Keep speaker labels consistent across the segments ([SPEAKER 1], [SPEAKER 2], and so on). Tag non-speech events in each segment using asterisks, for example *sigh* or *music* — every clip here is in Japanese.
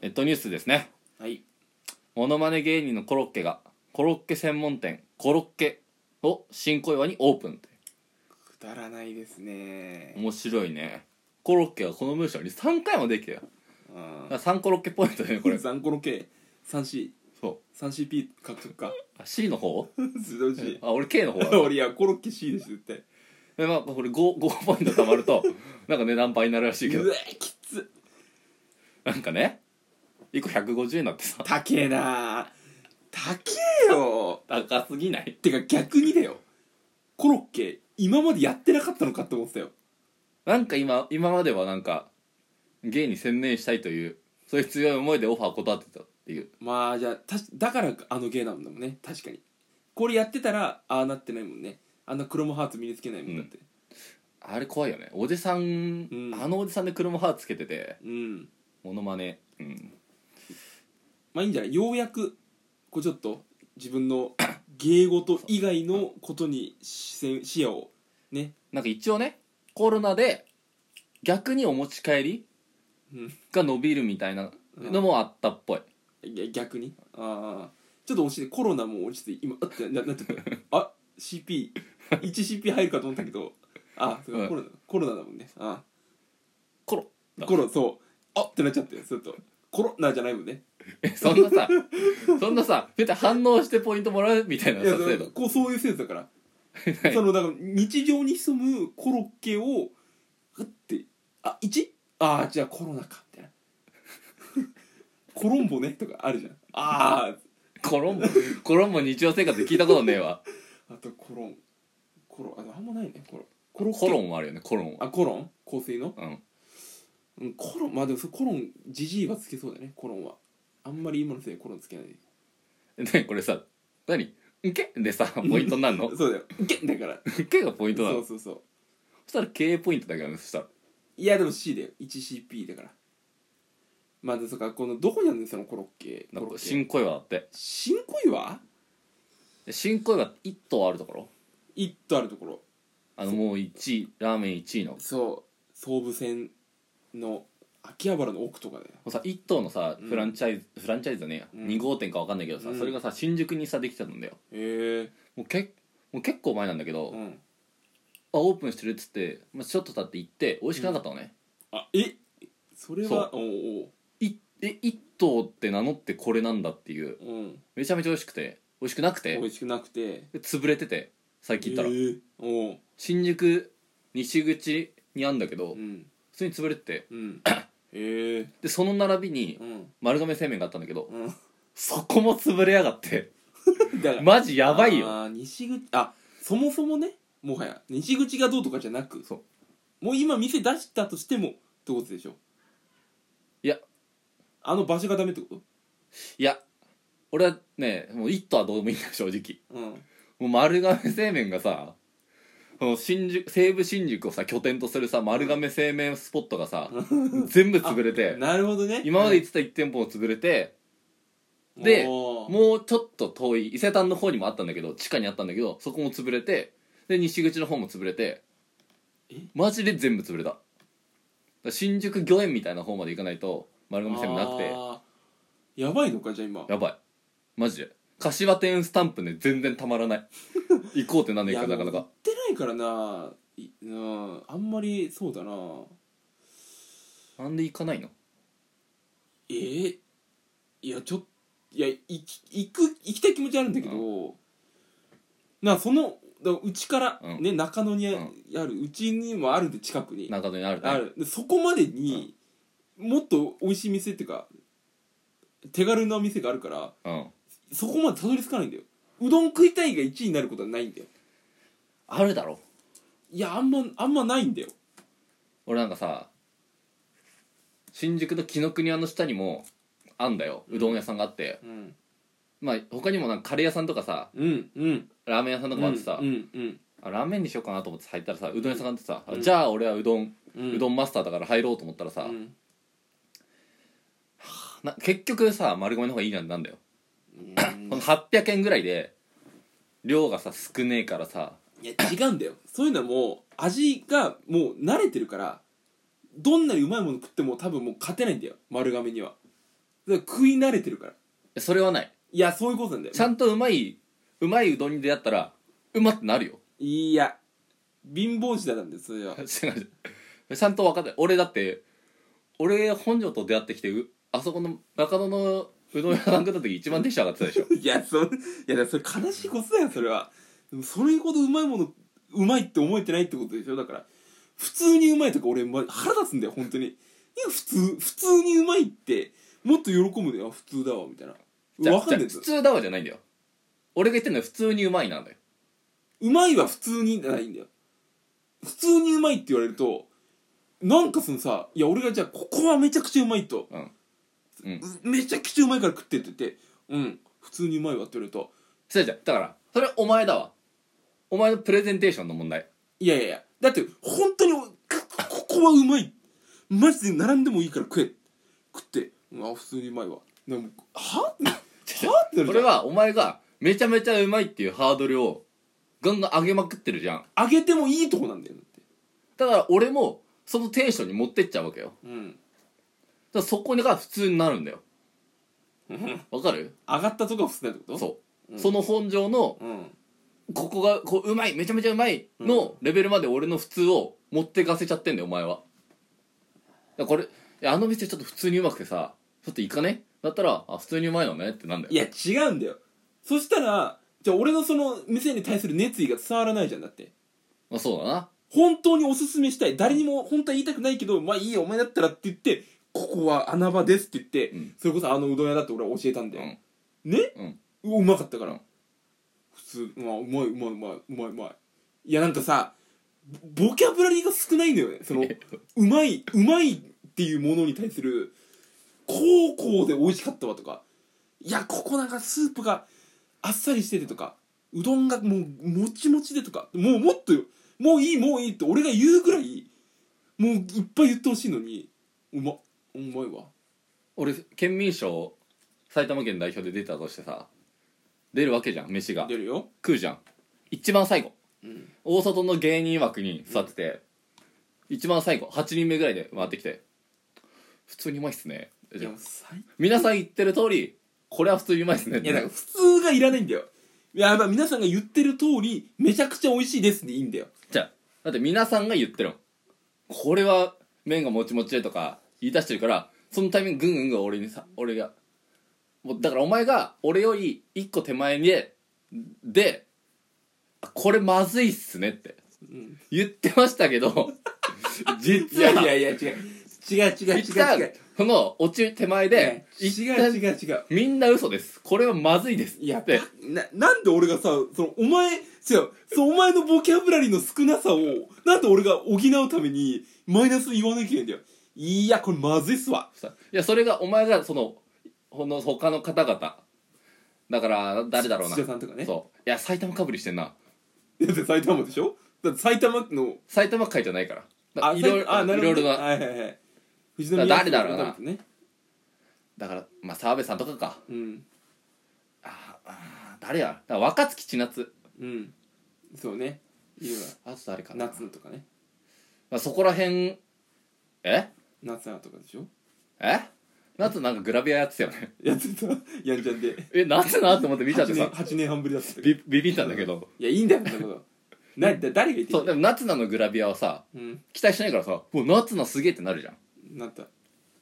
[SPEAKER 1] ネットニュースですね
[SPEAKER 2] はい
[SPEAKER 1] モノマネ芸人のコロッケがコロッケ専門店コロッケを新小岩にオープンって
[SPEAKER 2] くだらないですね
[SPEAKER 1] 面白いねコロッケはこの文章に3回もできたよ
[SPEAKER 2] あ
[SPEAKER 1] だから3コロッケポイントだよねこ
[SPEAKER 2] これ
[SPEAKER 1] れ
[SPEAKER 2] 残コロ系 3C
[SPEAKER 1] そう
[SPEAKER 2] 3CP 獲得か
[SPEAKER 1] あ C の方
[SPEAKER 2] すごいしい
[SPEAKER 1] あ俺 K の方だ
[SPEAKER 2] *laughs* 俺いやコロッケ C です絶対
[SPEAKER 1] でまあこれ 5, 5ポイント貯まる *laughs* となんか値段倍になるらしいけ
[SPEAKER 2] う
[SPEAKER 1] ど
[SPEAKER 2] わきつ
[SPEAKER 1] なんかね1個150円になってさ
[SPEAKER 2] 高えな高えよ
[SPEAKER 1] 高すぎない
[SPEAKER 2] てか逆にだよコロッケ今までやってなかったのかって思ってたよ
[SPEAKER 1] なんか今今まではなんか芸に専念したいというそういう強い思いでオファー断ってたっていう
[SPEAKER 2] まあじゃあたしだからあの芸なんだもんね確かにこれやってたらああなってないもんねあんなクロムハーツ身につけないもんだって
[SPEAKER 1] あれ怖いよねおじさん、
[SPEAKER 2] うん
[SPEAKER 1] あのおじさんで車ハーツつけてて
[SPEAKER 2] うん、
[SPEAKER 1] モノマネうん
[SPEAKER 2] まあいいんじゃないようやくこうちょっと自分の芸事以外のことに視線視野をね
[SPEAKER 1] なんか一応ねコロナで逆にお持ち帰り
[SPEAKER 2] うん
[SPEAKER 1] が伸びるみたいなのもあったっぽい、
[SPEAKER 2] ぎゃ逆にああちょっと落ちてコロナも落ちて今あってななってたあ CP1CP 入るかと思ったけどあそう
[SPEAKER 1] うん
[SPEAKER 2] コロナコロナだもんねあ
[SPEAKER 1] コロ
[SPEAKER 2] あコロそうあってなっちゃったよちょっとコロナじゃないもんね
[SPEAKER 1] えそんなさそんなさ絶対反応してポイントもらうみたいない
[SPEAKER 2] や
[SPEAKER 1] さ
[SPEAKER 2] そ
[SPEAKER 1] 制
[SPEAKER 2] れ
[SPEAKER 1] 度
[SPEAKER 2] こうそういうセンスだから
[SPEAKER 1] *laughs* はい
[SPEAKER 2] そのだから日常に潜むコロッケをふってあ一ああじゃあコロナかみたいな *laughs* コロンボねとかあるじゃんあ
[SPEAKER 1] コロンボコロンボ日常生活で聞いたことねえわ
[SPEAKER 2] ああとコロンコロンああんまないねコロンコロッケ
[SPEAKER 1] コロンもあるよねコロンは
[SPEAKER 2] あコロン香水の
[SPEAKER 1] うん
[SPEAKER 2] うんコロンまあでもそれコロンジジイはつけそうだねコロンはあんまり今のせいでコロンつけない
[SPEAKER 1] ねこれさ何んけでさポイントになるの
[SPEAKER 2] そう
[SPEAKER 1] *laughs*
[SPEAKER 2] だよいけだから
[SPEAKER 1] んけがポイントな
[SPEAKER 2] そ
[SPEAKER 1] の
[SPEAKER 2] うそうそう
[SPEAKER 1] そしたら経営ポイントだけどねそしたら
[SPEAKER 2] いやでも C だよ 1CP だからまあでそっかこのどこにあるんですよコロッケ
[SPEAKER 1] なん
[SPEAKER 2] コロ
[SPEAKER 1] か
[SPEAKER 2] ッケ
[SPEAKER 1] 新小岩だって
[SPEAKER 2] 新小岩
[SPEAKER 1] 新小岩一棟あるところ
[SPEAKER 2] 一とあるところ
[SPEAKER 1] あのもう1位ラーメン1位のも
[SPEAKER 2] そう総武線の秋葉原の奥とかだよ
[SPEAKER 1] うさ一棟のさ
[SPEAKER 2] うん
[SPEAKER 1] フランチャイズ、フランチャイズじゃねえや、
[SPEAKER 2] うん
[SPEAKER 1] 2号店か分かんないけどさ、
[SPEAKER 2] うん
[SPEAKER 1] それがさ新宿にさできてたんだよ
[SPEAKER 2] へえ
[SPEAKER 1] もうけもう結構前なんだけど、
[SPEAKER 2] う
[SPEAKER 1] あ
[SPEAKER 2] ん
[SPEAKER 1] オープンしてるっつって、まあ、ちょっと経って行って美味しくなかったのね、
[SPEAKER 2] あえそれは
[SPEAKER 1] そ
[SPEAKER 2] おう
[SPEAKER 1] いえ一棟って名乗ってこれなんだっていう
[SPEAKER 2] おううん
[SPEAKER 1] めちゃめちゃ美味しくて美味しくなく
[SPEAKER 2] 美
[SPEAKER 1] て
[SPEAKER 2] 味しくなくて
[SPEAKER 1] で潰れてて最近行ったら、
[SPEAKER 2] へえおう
[SPEAKER 1] 新宿西口にあんだけど、
[SPEAKER 2] うん
[SPEAKER 1] 普通に潰れてて
[SPEAKER 2] うんへえ
[SPEAKER 1] でその並びに
[SPEAKER 2] うん
[SPEAKER 1] 丸亀製麺があったんだけど、
[SPEAKER 2] う
[SPEAKER 1] そこも潰れやがって
[SPEAKER 2] ん *laughs* だから
[SPEAKER 1] *laughs* マジやばいよ
[SPEAKER 2] あー西口あそもそもねもはや西口がどうとかじゃなく
[SPEAKER 1] そう
[SPEAKER 2] もう今店出したとしてもってことでしょ
[SPEAKER 1] いや
[SPEAKER 2] あの場所がダメってこと
[SPEAKER 1] いや俺はねもう「イット!」はどうでもいいんだよ正直
[SPEAKER 2] うん
[SPEAKER 1] もう丸亀製麺がさその新宿西武新宿をさ拠点とするさ丸亀製麺スポットが *laughs* さ全部潰れて
[SPEAKER 2] なるほどね
[SPEAKER 1] 今まで行ってた1店舗も潰れて
[SPEAKER 2] うん
[SPEAKER 1] で
[SPEAKER 2] おー
[SPEAKER 1] もうちょっと遠い伊勢丹の方にもあったんだけど地下にあったんだけどそこも潰れてで西口の方も潰れて
[SPEAKER 2] え
[SPEAKER 1] マジで全部潰れただから新宿御苑みたいな方まで行かないと丸亀製麺なくて
[SPEAKER 2] あーやばいのかじゃあ今
[SPEAKER 1] やばいマジで柏店スタンプね全然たまら
[SPEAKER 2] *laughs*
[SPEAKER 1] ない行こうってなんねえかなかな
[SPEAKER 2] 行
[SPEAKER 1] か
[SPEAKER 2] ってないからないうんあんまりそうだな
[SPEAKER 1] なんで行かないの
[SPEAKER 2] えー、いやちょっいや行き行く行きたい気持ちあるんだけど、なそのだうちから、
[SPEAKER 1] うん
[SPEAKER 2] ね中野にあ
[SPEAKER 1] うん
[SPEAKER 2] あるうちにもあるで近くに
[SPEAKER 1] 中野にあるね
[SPEAKER 2] あるでそこまでに、もっと美味しい店っていうか手軽なお店があるから
[SPEAKER 1] うん
[SPEAKER 2] そこまでたどり着かないんだようどん食いたいが1位になることはないんだよ
[SPEAKER 1] あるだろ
[SPEAKER 2] いやあんまあんまないんだよ
[SPEAKER 1] 俺なんかさ新宿の紀ノ国屋の下にもあんだようどん屋さんがあって、
[SPEAKER 2] うん
[SPEAKER 1] まあ他にもなんかカレー屋さんとかさ
[SPEAKER 2] うんうん
[SPEAKER 1] ラーメン屋さんとかもあってさ、
[SPEAKER 2] うんうん
[SPEAKER 1] あラーメンにしようかなと思って入ったらさうどん屋さんがあってさ、あ
[SPEAKER 2] うん
[SPEAKER 1] じゃあ俺はうどん、
[SPEAKER 2] う
[SPEAKER 1] うんどんマスターだから入ろうと思ったらさ、
[SPEAKER 2] うん
[SPEAKER 1] な結局さ丸亀の方がいいなんてなんだよ、
[SPEAKER 2] うん
[SPEAKER 1] この800円ぐらいで量がさ少ねえからさ
[SPEAKER 2] いや違うんだよそういうのはもう味がもう慣れてるからどんなにうまいもの食っても多分もう勝てないんだよ丸亀にはら食い慣れてるから
[SPEAKER 1] それはない
[SPEAKER 2] いやそういうことなんだよ
[SPEAKER 1] ちゃんとうまいうまいうどんに出会ったらうまってなるよ *laughs*
[SPEAKER 2] いや貧乏時代なんですそれは
[SPEAKER 1] 違う違うちゃんと分かって俺だって俺本庄と出会ってきてうあそこの中野のうどん屋さん食った時一番テンション上がってたでしょ
[SPEAKER 2] いやそいやだからそれ悲しいことだよそれはでもそれほどうまいものうまいって思えてないってことでしょだから普通にうまいとか俺ま腹立つんだよ本当にいや普通普通にうまいってもっと喜ぶのよ普通 *laughs* だわみたいな
[SPEAKER 1] じゃ
[SPEAKER 2] 分かんない
[SPEAKER 1] じゃ
[SPEAKER 2] です
[SPEAKER 1] 普通だわじゃないんだよ俺が言ってるのは普通にうまいなんだよ
[SPEAKER 2] うまいは普通にじゃないんだよ普通にうまいって言われるとなんかそのさいや俺がじゃあここはめちゃくちゃうまいと、
[SPEAKER 1] うんうん
[SPEAKER 2] うめちゃくちゃうまいから食ってって言ってうん普通にうまいわって言われると
[SPEAKER 1] 違う違うだからそれお前だわお前のプレゼンテーションの問題
[SPEAKER 2] いやいやいやだって本当にこここはうまいマジで並んでもいいから食え食って、うん、あ普通にうまいわでもはぁはってな
[SPEAKER 1] *laughs* そ
[SPEAKER 2] るじ
[SPEAKER 1] れ
[SPEAKER 2] ゃん
[SPEAKER 1] はお前がめちゃめちゃうまいっていうハードルをガンガン上げまくってるじゃん
[SPEAKER 2] 揚げてもいいとこなんだよだって
[SPEAKER 1] だから俺もそのテンションに持ってっちゃうわけよ
[SPEAKER 2] うん
[SPEAKER 1] だからそこが普通になるんだよわかる
[SPEAKER 2] 上がったとこは普通だってこと
[SPEAKER 1] そう、
[SPEAKER 2] うん
[SPEAKER 1] その本上の
[SPEAKER 2] うん
[SPEAKER 1] ここがこううまいめちゃめちゃうまいのレベルまで俺の普通を持ってかせちゃってんだよお前はだからこれいやあの店ちょっと普通にうまくてさちょっと行かねだったらあ普通にうまいのねってなんだよ
[SPEAKER 2] いや違うんだよそしたらじゃあ俺のその店に対する熱意が伝わらないじゃんだって
[SPEAKER 1] まあ、そうだな
[SPEAKER 2] 本当におすすめしたい誰にも本当は言いたくないけどまあいいよお前だったらって言ってここは穴場ですって言って、
[SPEAKER 1] うん
[SPEAKER 2] それこそあのうどん屋だって俺は教えたんだよ、ね、
[SPEAKER 1] うん
[SPEAKER 2] ううまかったから、
[SPEAKER 1] うん
[SPEAKER 2] 普通、まあ、うまいうまいうまいうまいうまいいやなんかさボボキャブラリーが少ないのよね
[SPEAKER 1] *laughs*
[SPEAKER 2] そのうまいうまいっていうものに対するこうこうで美味しかったわとかいやここなんかスープがあっさりしててとかうどんがもうもちもちでとかもうもっともういいもういいって俺が言うぐらいもういっぱい言ってほしいのにうまうまいわ
[SPEAKER 1] 俺県民賞埼玉県代表で出たとしてさ出るわけじゃん飯が
[SPEAKER 2] 出るよ
[SPEAKER 1] 食うじゃん一番最後
[SPEAKER 2] うん
[SPEAKER 1] 大外の芸人枠に座ってて、一番最後8人目ぐらいで回ってきて「普通にうまいっすね」
[SPEAKER 2] いやもう最
[SPEAKER 1] 皆さん言ってる通りこれは普通にうまいっすね
[SPEAKER 2] いやだから普通がいらないんだよいやまあ皆さんが言ってる通りめちゃくちゃ美味しいですでいいんだよ
[SPEAKER 1] じゃあだって皆さんが言ってるもんこれは麺がもちもちでとか言い出してるからそのタイミングぐんぐんぐん俺にさ俺がもうだからお前が俺より一個手前でであこれまずいっすねって
[SPEAKER 2] うん
[SPEAKER 1] 言ってましたけ
[SPEAKER 2] *laughs*
[SPEAKER 1] ど
[SPEAKER 2] い
[SPEAKER 1] 実は
[SPEAKER 2] やいやいや違う違う違う違う違う
[SPEAKER 1] 実は
[SPEAKER 2] 違う
[SPEAKER 1] その落ち手前で
[SPEAKER 2] 違
[SPEAKER 1] 一
[SPEAKER 2] う
[SPEAKER 1] 旦
[SPEAKER 2] 違う違う
[SPEAKER 1] みんな嘘ですこれはまずいです
[SPEAKER 2] いや
[SPEAKER 1] で
[SPEAKER 2] ななんで俺がさそのお前違うそのお前のボキャブラリーの少なさをなんで俺が補うためにマイナス言わなきゃいけないんだよいやこれまずいっすわ
[SPEAKER 1] さいやそれがお前がそのほの他の方々だから誰だろうな
[SPEAKER 2] 土屋さんとかね
[SPEAKER 1] そういや埼玉かぶりしてんな
[SPEAKER 2] だって埼玉でしょだって埼玉の
[SPEAKER 1] 埼玉会じゃないからだいろいろ
[SPEAKER 2] あなるほど
[SPEAKER 1] いろいろな
[SPEAKER 2] はいはいはい藤
[SPEAKER 1] だ誰だろうな
[SPEAKER 2] 埼玉ってね
[SPEAKER 1] だからまあ澤部さんとかか
[SPEAKER 2] うん
[SPEAKER 1] あーあー誰やだから若槻千夏
[SPEAKER 2] うんそうねいるわ
[SPEAKER 1] あと誰かな
[SPEAKER 2] 夏野とかね
[SPEAKER 1] まあ、そこら辺え
[SPEAKER 2] 夏菜とかでしょ
[SPEAKER 1] え夏なんかグラビアやってたよね
[SPEAKER 2] やってたやんちゃんで
[SPEAKER 1] え夏なって思って見ちゃって
[SPEAKER 2] 8年
[SPEAKER 1] さ
[SPEAKER 2] 8年半ぶりだったけどい
[SPEAKER 1] ビビビったんだけど
[SPEAKER 2] やいいんだよそんな
[SPEAKER 1] *laughs*
[SPEAKER 2] ことなだ誰が言って
[SPEAKER 1] そ
[SPEAKER 2] ん
[SPEAKER 1] う
[SPEAKER 2] だ
[SPEAKER 1] で
[SPEAKER 2] よ
[SPEAKER 1] も夏菜のグラビアはさ
[SPEAKER 2] うん
[SPEAKER 1] 期待しないからさもう夏菜すげえってなるじゃん
[SPEAKER 2] なった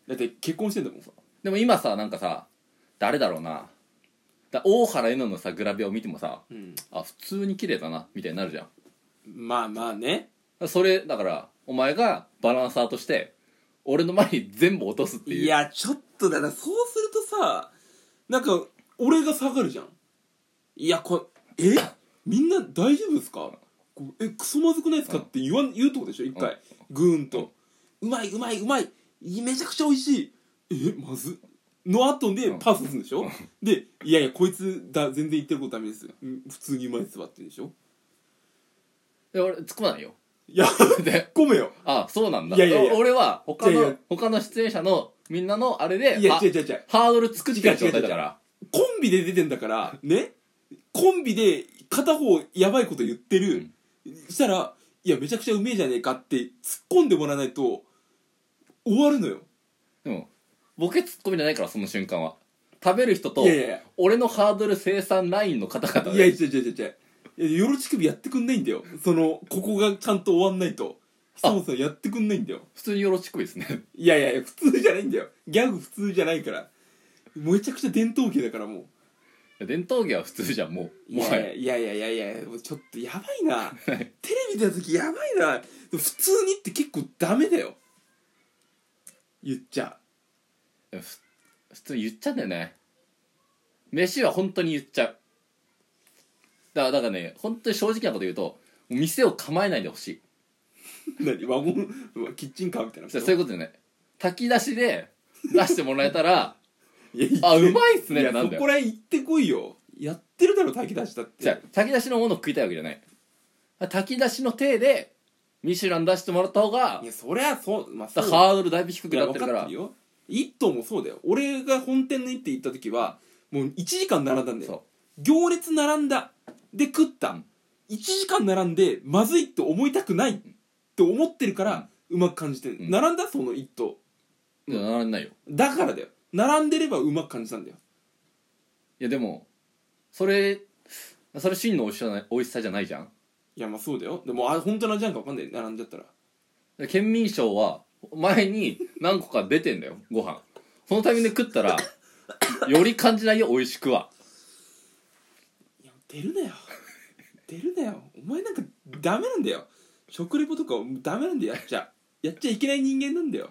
[SPEAKER 2] だって結婚してんだもん
[SPEAKER 1] でも今さなんかさ誰だろうなだ大原えののさグラビアを見てもさ
[SPEAKER 2] うん
[SPEAKER 1] あ普通に綺麗だなみたいになるじゃんだか
[SPEAKER 2] まあまあね
[SPEAKER 1] らそれだからお前がバランサーとして俺の前に全部落とすっていう
[SPEAKER 2] いやちょっとだなそうするとさなんか俺が下がるじゃんいやこれえみんな大丈夫ですかこうえクソまずくないですかって言わん言うとこでしょ一回グーンとうまいうまいうまいいいめちゃくちゃ美味しいえまずの後で
[SPEAKER 1] うん
[SPEAKER 2] パスするんでしょでいやいやこいつだ全然言ってることダメですうん普通にうまいっすわって言うでしょ
[SPEAKER 1] で俺突っ込まないよ *laughs*
[SPEAKER 2] いや
[SPEAKER 1] で
[SPEAKER 2] ごめんよ
[SPEAKER 1] あそうなんだ
[SPEAKER 2] いやいやいや
[SPEAKER 1] お俺は他
[SPEAKER 2] いやい
[SPEAKER 1] の
[SPEAKER 2] や
[SPEAKER 1] 他の出演者のみんなのあれで
[SPEAKER 2] いや
[SPEAKER 1] あ
[SPEAKER 2] 違う違う違う
[SPEAKER 1] ハードル作ってる状態だから
[SPEAKER 2] コンビで出てんだからねコンビで片方やばいこと言ってる、したらいやめちゃくちゃうめえじゃねえかって突っ込んでもらわないと終わるのよ
[SPEAKER 1] でもボケツッコミじゃないからその瞬間は食べる人と
[SPEAKER 2] いやいやいや
[SPEAKER 1] 俺のハードル生産ラインの方々
[SPEAKER 2] いや
[SPEAKER 1] で
[SPEAKER 2] 違う違う違う違ういやよろしくやってくんないんだよそのここがちゃんと終わんないと
[SPEAKER 1] あ
[SPEAKER 2] そもそもやってくんないんだよ
[SPEAKER 1] 普通によろしくですね *laughs*
[SPEAKER 2] いやいやいや普通じゃないんだよギャグ普通じゃないからめちゃくちゃ伝統芸だからもう
[SPEAKER 1] いや伝統芸は普通じゃんもう
[SPEAKER 2] い
[SPEAKER 1] もはや
[SPEAKER 2] やいやいやいやいやいやもうちょっとやば
[SPEAKER 1] *laughs*
[SPEAKER 2] いなテレビ出た時やばいな普通にって結構ダメだよ言っちゃ
[SPEAKER 1] ふ普通に言っちゃうんだよね飯は本当に言っちゃうだからだからね本当に正直なこと言うと店を構えないでほしい
[SPEAKER 2] 何ワゴンキッチンカーみたいな
[SPEAKER 1] そうそういうことじゃない炊き出しで出してもらえたら
[SPEAKER 2] *laughs* いや
[SPEAKER 1] あうまいっす
[SPEAKER 2] い
[SPEAKER 1] ねって
[SPEAKER 2] や
[SPEAKER 1] な
[SPEAKER 2] そ
[SPEAKER 1] んだよ
[SPEAKER 2] こらへん行ってこいよやってるだろ炊き出しだって
[SPEAKER 1] じゃあ炊き出しのものを食いたいわけじゃない炊き出しの体でミシュラン出してもらった方が
[SPEAKER 2] いやそりゃそうまあそう
[SPEAKER 1] ハードルだいぶ低くなっ
[SPEAKER 2] 分
[SPEAKER 1] て
[SPEAKER 2] か
[SPEAKER 1] る
[SPEAKER 2] っ
[SPEAKER 1] か
[SPEAKER 2] て
[SPEAKER 1] ら
[SPEAKER 2] るよ一頭もそうだよ俺が本店の一手行った時はもう1時間並んだんだよ
[SPEAKER 1] そ
[SPEAKER 2] 行列並んだで食った、1時間並んでまずいって思いたくないって思ってるから、うまく感じてる、
[SPEAKER 1] うん
[SPEAKER 2] 並んだその一頭
[SPEAKER 1] ういや並んでないよ
[SPEAKER 2] だからだよ並んでればうまく感じたんだよ
[SPEAKER 1] いやでもそれそれ真の美味しさじゃない美味しさじゃないじゃん
[SPEAKER 2] いやまあそうだよでもあれ本当の味なんか分かんない並んじゃったら
[SPEAKER 1] で県民賞は前に何個か出てんだよ *laughs* ご飯そのタイミングで食ったら *laughs* より感じないよ美味しくはい
[SPEAKER 2] や出るなよ出るなよお前なんかダメなんだよ食レポとかダメなんだよやっちゃやっちゃいけない人間なんだよ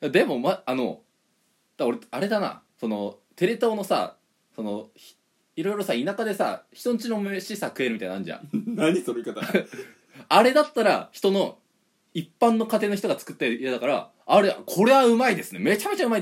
[SPEAKER 2] *laughs*
[SPEAKER 1] でもまあのだ俺あれだなそのテレ東のさそのひいろいろさ田舎でさ人んちの飯さ食えるみたいなのあんじゃん
[SPEAKER 2] 何その言い方
[SPEAKER 1] あれだったら人の一般の家庭の人が作った家だからあれこれはうまいですねめちゃめちゃうまい